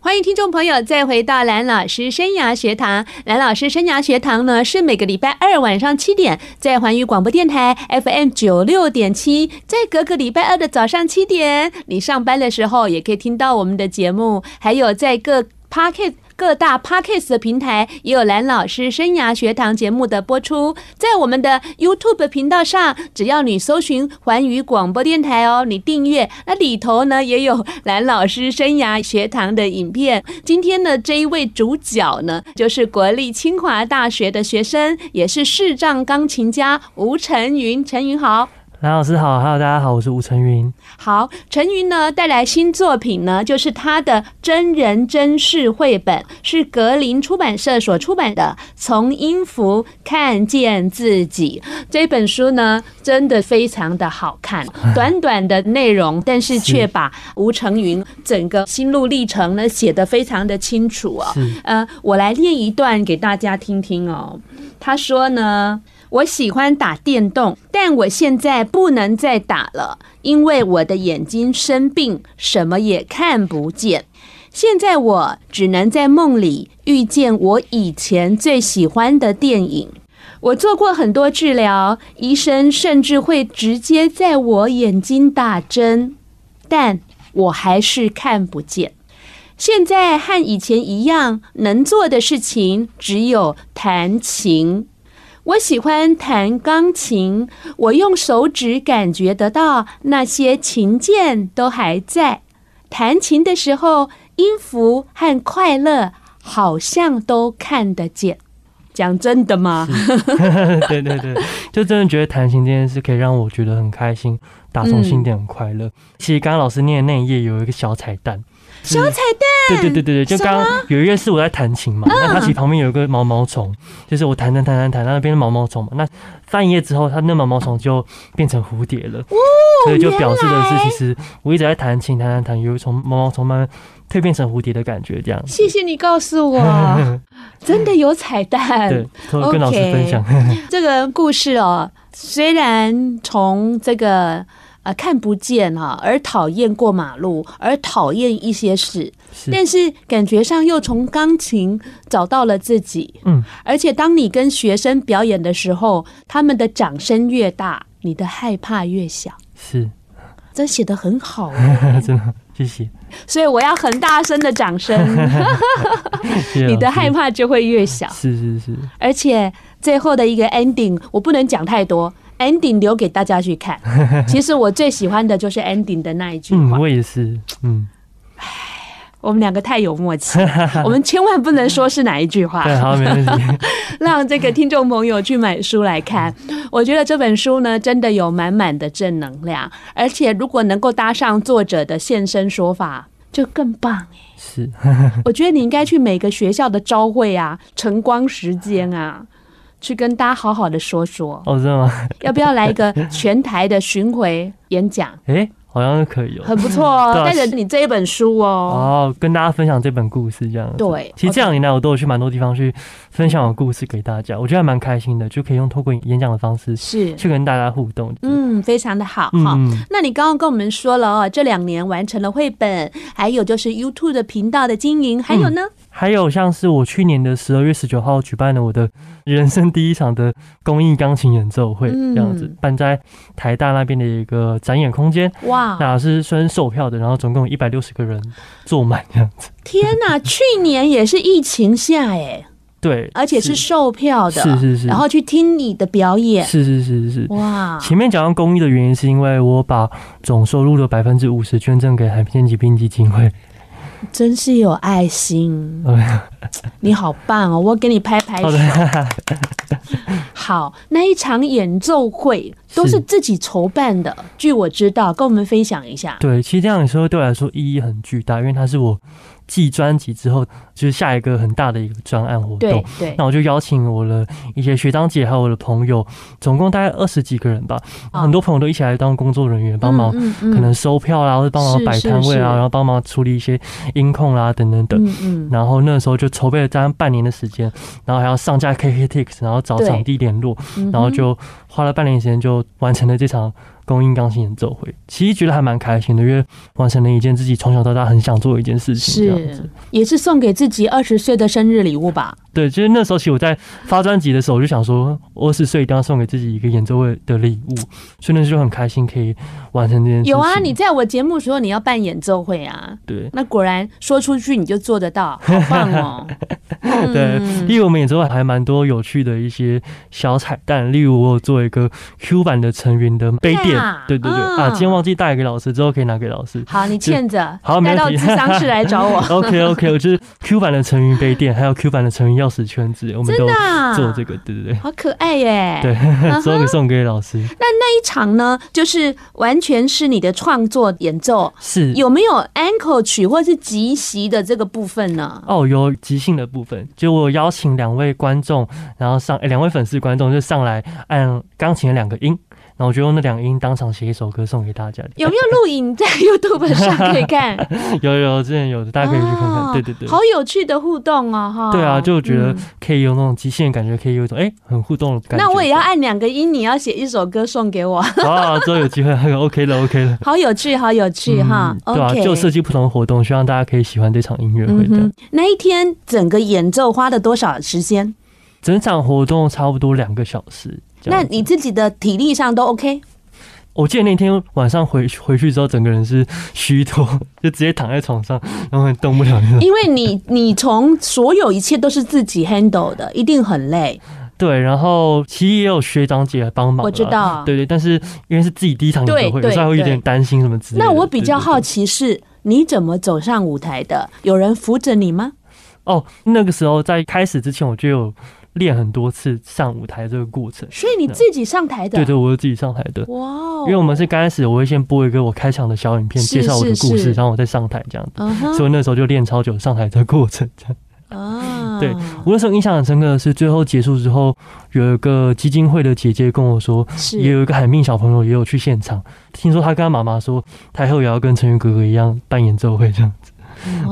[SPEAKER 1] 欢迎听众朋友再回到蓝老师生涯学堂。蓝老师生涯学堂呢，是每个礼拜二晚上七点在环宇广播电台 FM 九六点七，在隔个礼拜二的早上七点，你上班的时候也可以听到我们的节目，还有在各 p o c k e t 各大 p o c k e t 的平台也有蓝老师生涯学堂节目的播出，在我们的 YouTube 频道上，只要你搜寻环宇广播电台哦，你订阅，那里头呢也有蓝老师生涯学堂的影片。今天呢，这一位主角呢，就是国立清华大学的学生，也是视障钢琴家吴晨云。晨云好。
[SPEAKER 2] 蓝老师好，Hello，大家好，我是吴 承云。
[SPEAKER 1] 好，陈云呢带来新作品呢，就是他的真人真事绘本，是格林出版社所出版的《从音符看见自己》这本书呢，真的非常的好看，短短的内容，但是却把吴承云整个心路历程呢写得非常的清楚哦。
[SPEAKER 2] 是
[SPEAKER 1] 呃，我来念一段给大家听听哦。他说呢，我喜欢打电动，但我现在不能再打了，因为我的眼睛生病，什么也看不见。现在我只能在梦里遇见我以前最喜欢的电影。我做过很多治疗，医生甚至会直接在我眼睛打针，但我还是看不见。现在和以前一样，能做的事情只有弹琴。我喜欢弹钢琴，我用手指感觉得到那些琴键都还在。弹琴的时候，音符和快乐好像都看得见。讲真的吗？
[SPEAKER 2] 对对对，就真的觉得弹琴这件事可以让我觉得很开心，打
[SPEAKER 1] 嗯
[SPEAKER 2] 从心底很快乐。其实刚刚老师念的那一页有一个小彩蛋，
[SPEAKER 1] 小彩
[SPEAKER 2] 对对对对，就刚刚有一个是我在弹琴嘛，
[SPEAKER 1] 嗯
[SPEAKER 2] 那它其实旁边有一个毛毛虫，就是我弹弹弹弹弹，那边的毛毛虫嘛，那翻页之后，它那毛毛虫就变成蝴蝶
[SPEAKER 1] 哦
[SPEAKER 2] 了，所以就表示的是，其实我一直在弹琴，弹弹弹，有一种毛毛虫慢慢蜕变成蝴蝶的感觉，这样。
[SPEAKER 1] 谢谢你告诉我，真的有彩蛋
[SPEAKER 2] 对。，我跟老师分享。
[SPEAKER 1] 这个故事哦，虽然从这个呃看不见哈、而讨厌过马路，而讨厌一些事，
[SPEAKER 2] 是
[SPEAKER 1] 但是感觉上又从钢琴找到了自己。
[SPEAKER 2] 嗯，
[SPEAKER 1] 而且当你跟学生表演的时候，他们的掌声越大，你的害怕越小。
[SPEAKER 2] 是，
[SPEAKER 1] 真写得很好、哦，
[SPEAKER 2] 真的，谢谢，
[SPEAKER 1] 所以我要很大声的掌
[SPEAKER 2] 啊
[SPEAKER 1] 声，
[SPEAKER 2] 谢谢
[SPEAKER 1] 你的
[SPEAKER 2] 老师
[SPEAKER 1] 害怕就会越小。
[SPEAKER 2] 是是是，
[SPEAKER 1] 而且最后的一个 ending，我不能讲太多，ending 留给大家去 看。其实我最喜欢的就是 ending 的那一句
[SPEAKER 2] 嗯，
[SPEAKER 1] 话，
[SPEAKER 2] 我也是，嗯，
[SPEAKER 1] 我们两个太有默契， 我们千万不能说是哪一句话。
[SPEAKER 2] 对，好，没问题。
[SPEAKER 1] 让这个听众朋友去买书来 看。我觉得这本书呢，真的有满满的正能量，而且如果能够搭上作者的现身说法，就更棒哎！
[SPEAKER 2] 是，
[SPEAKER 1] 我觉得你应该去每个学校的招会啊、晨光时间啊， 去跟大家好好的说说，
[SPEAKER 2] 哦，真的吗？
[SPEAKER 1] 要不要来一个全台的巡回演讲？
[SPEAKER 2] 诶，好像是可以哦。
[SPEAKER 1] 很不错哦，
[SPEAKER 2] 对啊
[SPEAKER 1] 带着你这一本书哦。
[SPEAKER 2] 哦，跟大家分享这本故事这样子。
[SPEAKER 1] 对
[SPEAKER 2] 其实这两年来，我都有去蛮多地方去分享我故事给大家，我觉得还蛮开心的，就可以用透过演讲的方式
[SPEAKER 1] 是，
[SPEAKER 2] 去跟大家互动。
[SPEAKER 1] 嗯，非常的好哈。
[SPEAKER 2] 嗯，
[SPEAKER 1] 那你刚刚跟我们说了哦，这两年完成了绘本，还有就是 YouTube 的频道的经营，还有呢，
[SPEAKER 2] 还有像是我去年的十二月十九号举办了我的人生第一场的公益钢琴演奏会，
[SPEAKER 1] 嗯
[SPEAKER 2] 这样子办在台大那边的一个展演空间，
[SPEAKER 1] 哇，
[SPEAKER 2] 嗯那是虽然售票的，然后总共一百六十个人坐满这样子。
[SPEAKER 1] 天 哪！去年也是疫情下哎，
[SPEAKER 2] 对，
[SPEAKER 1] 而且是售票的，
[SPEAKER 2] 是是是
[SPEAKER 1] 然后去听你的表演，
[SPEAKER 2] 是是是是是。
[SPEAKER 1] 哇，
[SPEAKER 2] 前面讲到公益的原因，是因为我把总收入的百分之五十捐赠给海边疾病基金会。
[SPEAKER 1] 真是有爱心，
[SPEAKER 2] 呃
[SPEAKER 1] 你好棒哦，我给你拍拍
[SPEAKER 2] 好
[SPEAKER 1] 手。
[SPEAKER 2] 的，
[SPEAKER 1] 好，那一场演奏会都
[SPEAKER 2] 是
[SPEAKER 1] 是自己筹办的，据我知道，跟我们分享一下。
[SPEAKER 2] 对，其实这样的时候对我来说意义很巨大，因为它是我继专辑之后就是下一个很大的一个专案活
[SPEAKER 1] 对
[SPEAKER 2] 动。
[SPEAKER 1] 对
[SPEAKER 2] 那，我就邀请我的一些学长姐还有我的朋友，总共大概二十几个人吧，
[SPEAKER 1] 啊
[SPEAKER 2] 很多朋友都一起来当工作人员，帮忙
[SPEAKER 1] 嗯嗯
[SPEAKER 2] 可能收票啦，或者帮忙
[SPEAKER 1] 是
[SPEAKER 2] 摆
[SPEAKER 1] 是
[SPEAKER 2] 摊位
[SPEAKER 1] 是
[SPEAKER 2] 啊，然后帮忙处理一些音控啦等等等。
[SPEAKER 1] 嗯嗯，
[SPEAKER 2] 然后那时候就筹备了大概半年的时间，然后还要上架 KKTix，然后找
[SPEAKER 1] 对
[SPEAKER 2] 场地联络，
[SPEAKER 1] 嗯
[SPEAKER 2] 然后
[SPEAKER 1] 哼
[SPEAKER 2] 就花了半年时间就完成了这场公益钢琴演奏会。其实觉得还蛮开心的，因为完成了一件自己从小到大很想做的一件事情。这样
[SPEAKER 1] 是
[SPEAKER 2] 子，，
[SPEAKER 1] 也是送给自己二十岁的生日礼物吧？
[SPEAKER 2] 对，就是那时候其实我在发专辑的时候，我就想说，我二十岁一定要送给自己一个演奏会的礼物，所以那时候就很开心可以完成这件事情。
[SPEAKER 1] 有啊，你在我节目说你要办演奏会啊，
[SPEAKER 2] 对。
[SPEAKER 1] 那果然说出去你就做得到，好棒哦！
[SPEAKER 2] 对，
[SPEAKER 1] 嗯
[SPEAKER 2] 例如我们演奏会还蛮多有趣的一些小彩蛋，例如我有做一个 Q 版的成员的杯垫
[SPEAKER 1] 呀，
[SPEAKER 2] 对对对，
[SPEAKER 1] 嗯。
[SPEAKER 2] 啊，今天忘记带给老师，之后可以拿给老师
[SPEAKER 1] 好，你欠着，
[SPEAKER 2] 好
[SPEAKER 1] 带
[SPEAKER 2] 没
[SPEAKER 1] 到
[SPEAKER 2] 问
[SPEAKER 1] 智
[SPEAKER 2] 题。
[SPEAKER 1] 商室来找我
[SPEAKER 2] OK OK，我就是 Q 版的成员杯垫，还有 Q 版的成员钥匙圈子，我们都
[SPEAKER 1] 那
[SPEAKER 2] 做这个，对对对。
[SPEAKER 1] 好可爱耶！
[SPEAKER 2] 对
[SPEAKER 1] 啊嗯哼，
[SPEAKER 2] 之后给送给老师，
[SPEAKER 1] 那一场呢，就是完全是你的创作演奏，
[SPEAKER 2] 是
[SPEAKER 1] 有没有 anchor 曲或是即席的这个部分呢？
[SPEAKER 2] 哦，有即兴的部分，就我邀请两位观众，然后上诶两、位粉丝观众就上来按钢琴的两个音，然后我就用那两个音当场写一首歌送给大家。
[SPEAKER 1] 有没有录影在 YouTube 上可以看？
[SPEAKER 2] 有有之前有的，大家可以去看看。
[SPEAKER 1] 哦
[SPEAKER 2] 对对对，
[SPEAKER 1] 好有趣的互动哦，哈。
[SPEAKER 2] 对啊，就觉得
[SPEAKER 1] 嗯
[SPEAKER 2] 可以有那种极限的感觉，可以有一种哎、很互动的感觉。
[SPEAKER 1] 那我也要按两个音，你要写一首歌送给 我，
[SPEAKER 2] 啊，之后有机会 OK 了 OK 了。
[SPEAKER 1] 好有趣，好有趣哈。
[SPEAKER 2] 嗯对啊，
[SPEAKER 1] OK，
[SPEAKER 2] 就设计不同的活动，希望大家可以喜欢这场音乐会
[SPEAKER 1] 嗯
[SPEAKER 2] 这样。
[SPEAKER 1] 哼，那一天整个演奏花了多少时间？
[SPEAKER 2] 整场活动差不多两个小时。这
[SPEAKER 1] 那
[SPEAKER 2] 样
[SPEAKER 1] 你自己的体力上都 OK？
[SPEAKER 2] 我记得那天晚上回回去之后，整个人是虚脱， 就直接躺在床上，然后很动不了那种。
[SPEAKER 1] 因为你你从所有一切都是自己 handle 的，一定很累。
[SPEAKER 2] 对，然后其实也有学长姐来帮忙啦，
[SPEAKER 1] 我知道
[SPEAKER 2] 对对，但是因为是自己第一场演
[SPEAKER 1] 对
[SPEAKER 2] 奏会，
[SPEAKER 1] 对
[SPEAKER 2] 有时候还会有点
[SPEAKER 1] 对
[SPEAKER 2] 担心什么之类的。
[SPEAKER 1] 那我比较
[SPEAKER 2] 对对对
[SPEAKER 1] 好奇是。你怎么走上舞台的？有人扶着你吗？
[SPEAKER 2] 哦，那个时候在开始之前我就有练很多次上舞台这个过程。
[SPEAKER 1] 所以你自己上台的？
[SPEAKER 2] 对对，我是自己上台的，
[SPEAKER 1] 哇啊哦！
[SPEAKER 2] 因为我们是刚开始我会先播一个我开场的小影片，
[SPEAKER 1] 是
[SPEAKER 2] 介绍我的故
[SPEAKER 1] 是是
[SPEAKER 2] 事，然后我再上台这样子。
[SPEAKER 1] 嗯哼
[SPEAKER 2] 所以那时候就练超久上台的过程，这样。
[SPEAKER 1] 啊，
[SPEAKER 2] 对我那时候印象很深刻的是，最后结束之后，有一个基金会的姐姐跟我说，
[SPEAKER 1] 是
[SPEAKER 2] 也有一个海命小朋友也有去现场，听说他跟他妈妈说，台后也要跟成员哥哥一样办演奏会这样子，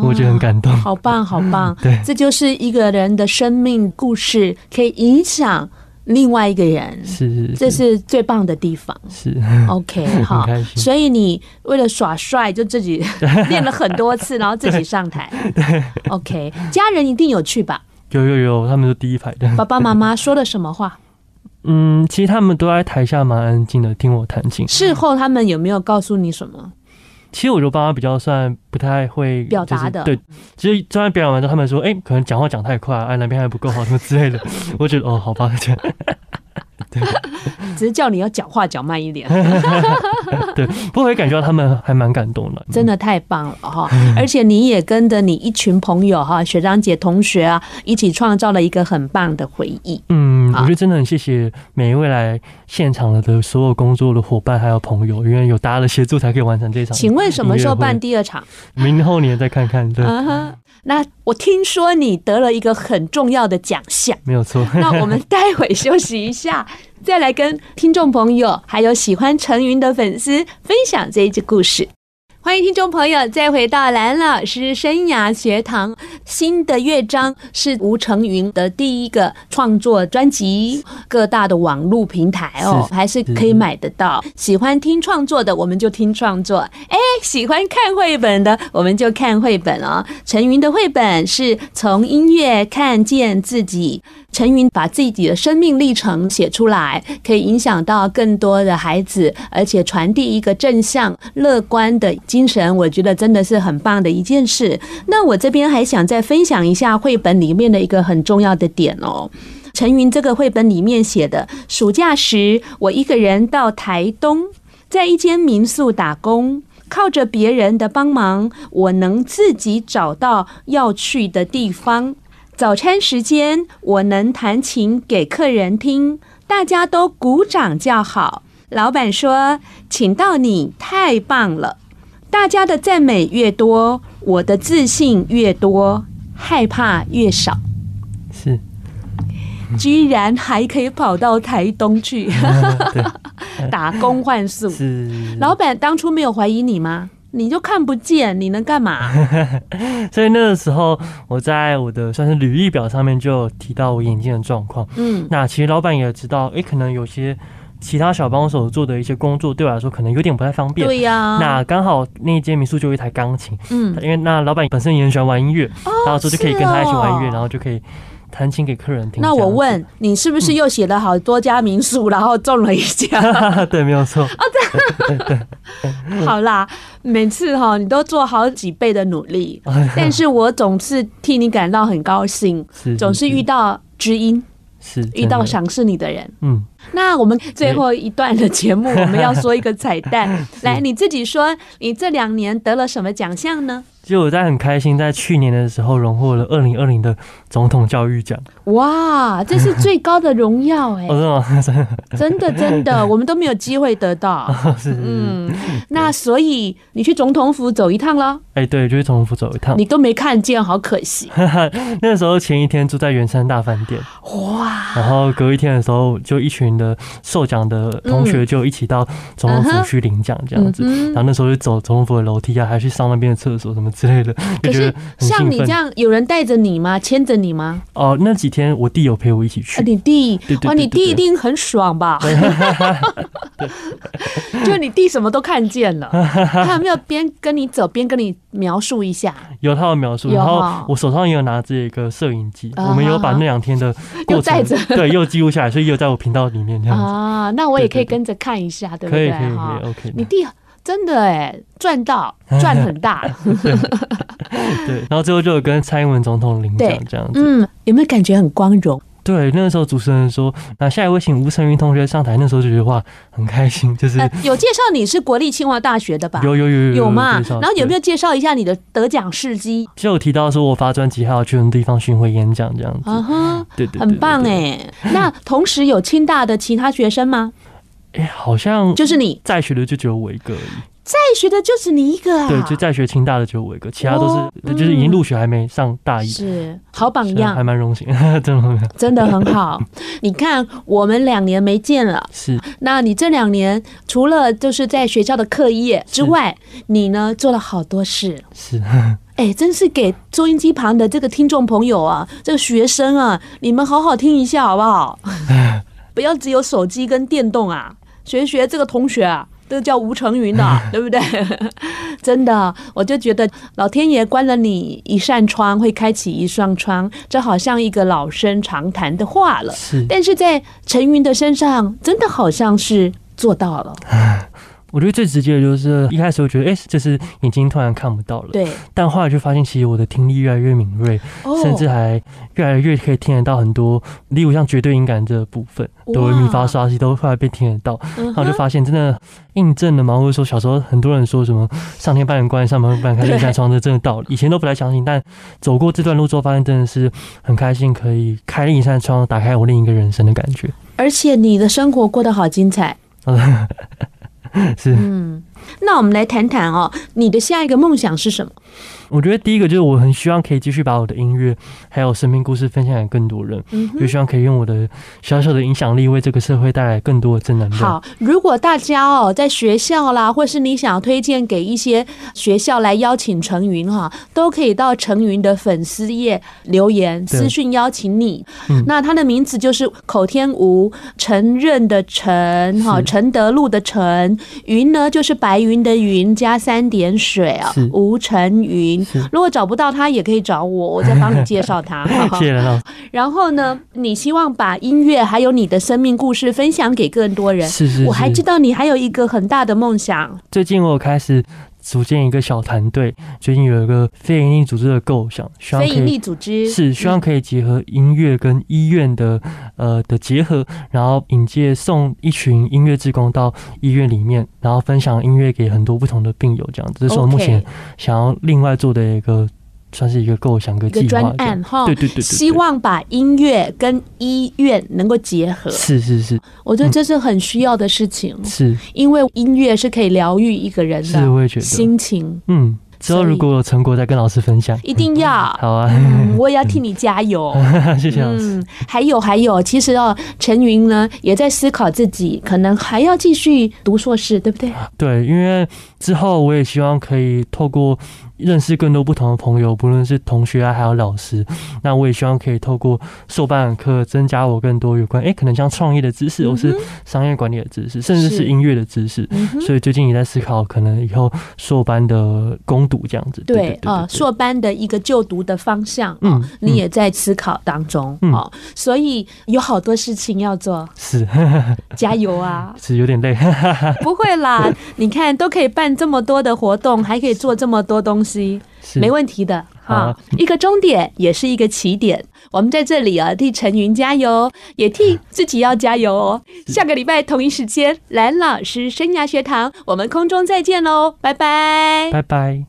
[SPEAKER 2] 我觉得很感动。
[SPEAKER 1] 哦好棒，好棒！
[SPEAKER 2] 对
[SPEAKER 1] 这就是一个人的生命故事，可以影响另外一个人，
[SPEAKER 2] 是是
[SPEAKER 1] 这是最棒的地方。
[SPEAKER 2] 是，
[SPEAKER 1] OK，好
[SPEAKER 2] 嗯 很，开心。
[SPEAKER 1] 所以你为了耍帅，就自己 练了很多次，然后自己上 台。OK，家人一定有去吧？
[SPEAKER 2] 有有有，他们都第一排的。
[SPEAKER 1] 爸爸妈妈说了什么话？
[SPEAKER 2] 嗯，其实他们都在台下蛮安静的听我弹琴。
[SPEAKER 1] 事后他们有没有告诉你什么？
[SPEAKER 2] 其实我觉得爸妈比较算不太会
[SPEAKER 1] 表达的
[SPEAKER 2] 就是对，其实专门表演完之后，他们说，啊哎、可能讲话讲太快，哎、哪边还不够好，什么之类的。我觉得哦，好吧，这样。
[SPEAKER 1] 只是叫你要讲话讲慢一点，
[SPEAKER 2] 对，不过会感觉到他们还蛮感动 的，
[SPEAKER 1] 真的太棒了哈！
[SPEAKER 2] 嗯
[SPEAKER 1] 而且你也跟着你一群朋友哈，学长姐、同学啊，一起创造了一个很棒的回忆。
[SPEAKER 2] 嗯，我
[SPEAKER 1] 好
[SPEAKER 2] 觉得真的很谢谢每一位来现场的的所有工作的伙伴还有朋友，因为有大家的协助才可以完成这场。
[SPEAKER 1] 请问什么时候
[SPEAKER 2] 音乐
[SPEAKER 1] 办
[SPEAKER 2] 会？
[SPEAKER 1] 第二场？
[SPEAKER 2] 明后年再看看，对，
[SPEAKER 1] 嗯哼，那我听说你得了一个很重要的奖项，
[SPEAKER 2] 没有错。
[SPEAKER 1] 那我们待会休息一下，再来跟听众朋友还有喜欢陈云的粉丝分享这一支故事。欢迎听众朋友再回到蓝老师生涯学堂。新的乐章是吴承云的第一个创作专辑，各大的网络平台哦
[SPEAKER 2] 是
[SPEAKER 1] 还是可以买得到。喜欢听创作的，我们就听创作；哎，喜欢看绘本的，我们就看绘本哦。陈云的绘本是从音乐看见自己，陈云把自己的生命历程写出来，可以影响到更多的孩子，而且传递一个正向、乐观的精神，我觉得真的是很棒的一件事。那我这边还想再分享一下绘本里面的一个很重要的点哦。陈云这个绘本里面写的，暑假时我一个人到台东，在一间民宿打工，靠着别人的帮忙，我能自己找到要去的地方。早餐时间，我能弹琴给客人听，大家都鼓掌叫好。老板说：“请到你，太棒了！”大家的赞美越多，我的自信越多，害怕越少。
[SPEAKER 2] 是，
[SPEAKER 1] 居然还可以跑到台东 去 打工换宿，
[SPEAKER 2] 是，
[SPEAKER 1] 老板当初没有怀疑你吗？你就看不见，你能干嘛？
[SPEAKER 2] 所以那个时候我在我的算是履历表上面就有提到我眼睛的状况。
[SPEAKER 1] 嗯，
[SPEAKER 2] 那其实老板也知道，诶，可能有些其他小帮手做的一些工作对我来说可能有点不太方便。
[SPEAKER 1] 对呀、
[SPEAKER 2] 那刚好那一间民宿就有一台钢琴，
[SPEAKER 1] 嗯，哦
[SPEAKER 2] 因为那老板本身也很喜欢玩音乐，然后说就可以跟他一起玩音
[SPEAKER 1] 是
[SPEAKER 2] 乐，
[SPEAKER 1] 哦
[SPEAKER 2] 然后就可以弹琴给客人听。
[SPEAKER 1] 那我
[SPEAKER 2] 这样
[SPEAKER 1] 问你，是不是又写了好多家民
[SPEAKER 2] 嗯
[SPEAKER 1] 宿，然后中了一 家？
[SPEAKER 2] 子，对，没有 错，
[SPEAKER 1] 啊好啦，每次哈、你都做好几倍的努 力，但是我总是替你感到很高兴，
[SPEAKER 2] 是
[SPEAKER 1] 总是遇到知音，
[SPEAKER 2] 是是
[SPEAKER 1] 遇到
[SPEAKER 2] 真的
[SPEAKER 1] 赏识你的人。
[SPEAKER 2] 嗯，
[SPEAKER 1] 那我们最后一段的节目，我们要说一个彩 蛋。来，你自己说，你这两年得了什么奖项呢？
[SPEAKER 2] 就我在很开心，在去年的时候荣获了二零二零的总统教育奖。
[SPEAKER 1] 哎哇，这是最高的荣耀哎、
[SPEAKER 2] 哦，真的吗？真的
[SPEAKER 1] 真的真 的，我们都没有机会得到。
[SPEAKER 2] 是是是，
[SPEAKER 1] 嗯，那所以你去总统府走一趟了，
[SPEAKER 2] 哎，对，就是从福走一趟。
[SPEAKER 1] 你都没看见，好可 惜。
[SPEAKER 2] 那时候前一天住在圆山大饭店，
[SPEAKER 1] 啊哇，
[SPEAKER 2] 然后隔一天的时候，就一群的受奖的同学就一起到总统府去领奖这样子。
[SPEAKER 1] 嗯
[SPEAKER 2] 然后那时候就走总统府的楼梯啊，还去上那边的厕所什么之类的，就
[SPEAKER 1] 可
[SPEAKER 2] 觉
[SPEAKER 1] 是
[SPEAKER 2] 得很
[SPEAKER 1] 像
[SPEAKER 2] 兴
[SPEAKER 1] 你这
[SPEAKER 2] 奋。
[SPEAKER 1] 样，有人带着你吗？牵着你吗？
[SPEAKER 2] 哦，那几天我弟有陪我一起去
[SPEAKER 1] 啊，，你弟
[SPEAKER 2] 对对，对
[SPEAKER 1] 哇，你
[SPEAKER 2] 对
[SPEAKER 1] 弟
[SPEAKER 2] 对
[SPEAKER 1] 一定很爽 吧？就你弟什么都看见 了，他有没有边跟你走边跟你描述一 下？
[SPEAKER 2] 有他的描述，
[SPEAKER 1] 有
[SPEAKER 2] 然
[SPEAKER 1] 哈
[SPEAKER 2] 后我手上也有拿着一个摄影机，
[SPEAKER 1] 啊
[SPEAKER 2] 我们有把那两 天的
[SPEAKER 1] 又
[SPEAKER 2] 过
[SPEAKER 1] 带
[SPEAKER 2] 程
[SPEAKER 1] 着
[SPEAKER 2] 对又记录下来，所以又在我频道里面这样子，
[SPEAKER 1] 啊，那我也可以
[SPEAKER 2] 对对对
[SPEAKER 1] 跟着看一下，对不
[SPEAKER 2] 可以
[SPEAKER 1] 对？
[SPEAKER 2] 可以
[SPEAKER 1] 哈
[SPEAKER 2] 可以，OK
[SPEAKER 1] 你
[SPEAKER 2] 的，
[SPEAKER 1] 弟真的哎，赚 到赚很大，
[SPEAKER 2] 对。然后最后就有跟蔡英文总统领奖
[SPEAKER 1] 对
[SPEAKER 2] 这样子，
[SPEAKER 1] 嗯，有没有感觉很光荣？
[SPEAKER 2] 对。那个时候主持人说，那下一位请吴成云同学上台，那时候就觉得哇很开心，就是
[SPEAKER 1] 呃，有介绍你是国立清华大学的吧？
[SPEAKER 2] 有有有有
[SPEAKER 1] 有嘛？
[SPEAKER 2] 介绍
[SPEAKER 1] 然后有没
[SPEAKER 2] 对
[SPEAKER 1] 有介绍一下你的得奖事迹？
[SPEAKER 2] 就有提到说我发专辑还有去很多地方巡回演讲这样
[SPEAKER 1] 啊
[SPEAKER 2] 子，
[SPEAKER 1] 哈，
[SPEAKER 2] 对对，对
[SPEAKER 1] 很棒。
[SPEAKER 2] 对
[SPEAKER 1] 哎。那同时有清大的其他学生吗？
[SPEAKER 2] 对哎，好像
[SPEAKER 1] 就是你
[SPEAKER 2] 在学的就只有我一个而已，
[SPEAKER 1] 在学的就是你一个啊，
[SPEAKER 2] 对，就在学清大的只有我一个，其他都
[SPEAKER 1] 哦
[SPEAKER 2] 是就是已经入学还没上大一，
[SPEAKER 1] 是好榜
[SPEAKER 2] 是啊还
[SPEAKER 1] 样，
[SPEAKER 2] 蛮荣幸，真的
[SPEAKER 1] 真的很 好。你看，我们两年没见了，
[SPEAKER 2] 是
[SPEAKER 1] 那你这两年除了就是在学校的课业之外，你呢做了好多事。
[SPEAKER 2] 是，
[SPEAKER 1] 哎，真是给收音机旁的这个听众朋友啊，这个学生啊，你们好好听一下好不 好？不要只有手机跟电动啊，学学这个同学啊，这个叫吴成云的啊、 对不对？真的，我就觉得老天爷关了你一扇窗，会开启一扇窗，这好像一个老生常谈的话了。
[SPEAKER 2] 是，
[SPEAKER 1] 但是在陈云的身上，真的好像是做到了。
[SPEAKER 2] 我觉得最直接的就是一开始我觉得，哎、这是眼睛突然看不到了，
[SPEAKER 1] 对，
[SPEAKER 2] 但后来就发现，其实我的听力越来越敏锐，
[SPEAKER 1] 哦
[SPEAKER 2] 甚至还越来越可以听得到很多，例如像绝对音感这部分，
[SPEAKER 1] 哇
[SPEAKER 2] 哆来咪发嗦拉西都后来被听得到，
[SPEAKER 1] 嗯
[SPEAKER 2] 然后
[SPEAKER 1] 哼
[SPEAKER 2] 就发现真的印证了嘛，或者说小时候很多人说什么上天半人关，上门半人开，
[SPEAKER 1] 对
[SPEAKER 2] 另三窗的真的道理，以前都不太相信，但走过这段路之后，发现真的是很开心，可以开另一扇窗，打开我另一个人生的感 觉。
[SPEAKER 1] 而且你的生活过得好精彩。
[SPEAKER 2] 是，
[SPEAKER 1] 嗯，那我们来谈谈哦，你的下一个梦想是什么？
[SPEAKER 2] 我觉得第一个就是我很希望可以继续把我的音乐还有生命故事分享给更多人，
[SPEAKER 1] 嗯
[SPEAKER 2] 就
[SPEAKER 1] 哼。
[SPEAKER 2] 希望可以用我的小小的影响力为这个社会带来更多的正能量。
[SPEAKER 1] 好，如果大家哦在学校啦，或是你想要推荐给一些学校来邀请陈云哈，都可以到陈云的粉丝页留言
[SPEAKER 2] 对
[SPEAKER 1] 私讯邀请你。
[SPEAKER 2] 嗯
[SPEAKER 1] 那他的名字就是口天吴，承认的承哈，
[SPEAKER 2] 是
[SPEAKER 1] 承德路的承，云呢就是白云的云加三点水啊
[SPEAKER 2] 是，
[SPEAKER 1] 吴承云
[SPEAKER 2] 是。
[SPEAKER 1] 如果找不到他，也可以找我，我再帮你介绍他。 哈哈
[SPEAKER 2] 谢谢蓝老师，
[SPEAKER 1] 然后呢，你希望把音乐还有你的生命故事分享给更多人。
[SPEAKER 2] 是是是，
[SPEAKER 1] 我还知道你还有一个很大的梦想，
[SPEAKER 2] 最近我有开始组建一个小团队，最近有一个非营利组织的构想，希望
[SPEAKER 1] 非
[SPEAKER 2] 可
[SPEAKER 1] 营
[SPEAKER 2] 以
[SPEAKER 1] 利组织
[SPEAKER 2] 是希望
[SPEAKER 1] 嗯
[SPEAKER 2] 可以结合音乐跟医院的呃的结合，然后引介送一群音乐志工到医院里面，然后分享音乐给很多不同的病友，这样这是我目
[SPEAKER 1] OK
[SPEAKER 2] 前想要另外做的一个算是一个构想跟
[SPEAKER 1] 一个
[SPEAKER 2] 计
[SPEAKER 1] 专
[SPEAKER 2] 划这样。
[SPEAKER 1] 案哈
[SPEAKER 2] 对。对对对，对
[SPEAKER 1] 希望把音乐跟医院能够结合，
[SPEAKER 2] 是是是
[SPEAKER 1] 我觉得这是很需要的事情，
[SPEAKER 2] 是
[SPEAKER 1] 因为音乐是可以疗愈一个人
[SPEAKER 2] 是，
[SPEAKER 1] 的
[SPEAKER 2] 我也觉得，
[SPEAKER 1] 心情，
[SPEAKER 2] 嗯，之后
[SPEAKER 1] 所以
[SPEAKER 2] 如果有成果再跟老师分享，
[SPEAKER 1] 一定要。
[SPEAKER 2] 好啊，
[SPEAKER 1] 嗯，我也要替你加油。
[SPEAKER 2] 谢谢老师。
[SPEAKER 1] 嗯，还有还有，其实哦，陈云呢也在思考自己可能还要继续读硕士，对不对？
[SPEAKER 2] 对，因为之后我也希望可以透过认识更多不同的朋友，不论是同学啊，还有老师，那我也希望可以透过授办的课，增加我更多有关诶，可能像创业的知识，或
[SPEAKER 1] 嗯
[SPEAKER 2] 是
[SPEAKER 1] 哼
[SPEAKER 2] 商业管理的知识，甚至
[SPEAKER 1] 是
[SPEAKER 2] 是音乐的知识。
[SPEAKER 1] 嗯哼
[SPEAKER 2] 所以最近也在思考，可能以后硕班的攻读这样子。对
[SPEAKER 1] 对，呃，硕班的一个就读的方向，
[SPEAKER 2] 嗯
[SPEAKER 1] 哦，你
[SPEAKER 2] 嗯
[SPEAKER 1] 也在思考当中，
[SPEAKER 2] 嗯
[SPEAKER 1] 哦，所以有好多事情要 做，
[SPEAKER 2] 是！
[SPEAKER 1] 加油啊
[SPEAKER 2] 是有点累，
[SPEAKER 1] 不会啦，你看都可以办这么多的活动，还可以做这么多东西，
[SPEAKER 2] 是
[SPEAKER 1] 没问题的
[SPEAKER 2] 好啊
[SPEAKER 1] 哈。一个终点也是一个起点，我们在这里啊替陈云加油，也
[SPEAKER 2] 啊
[SPEAKER 1] 替自己要加油哦。下个礼拜同一时间，蓝老师生涯学堂，我们空中再见喽，拜拜。
[SPEAKER 2] 拜拜。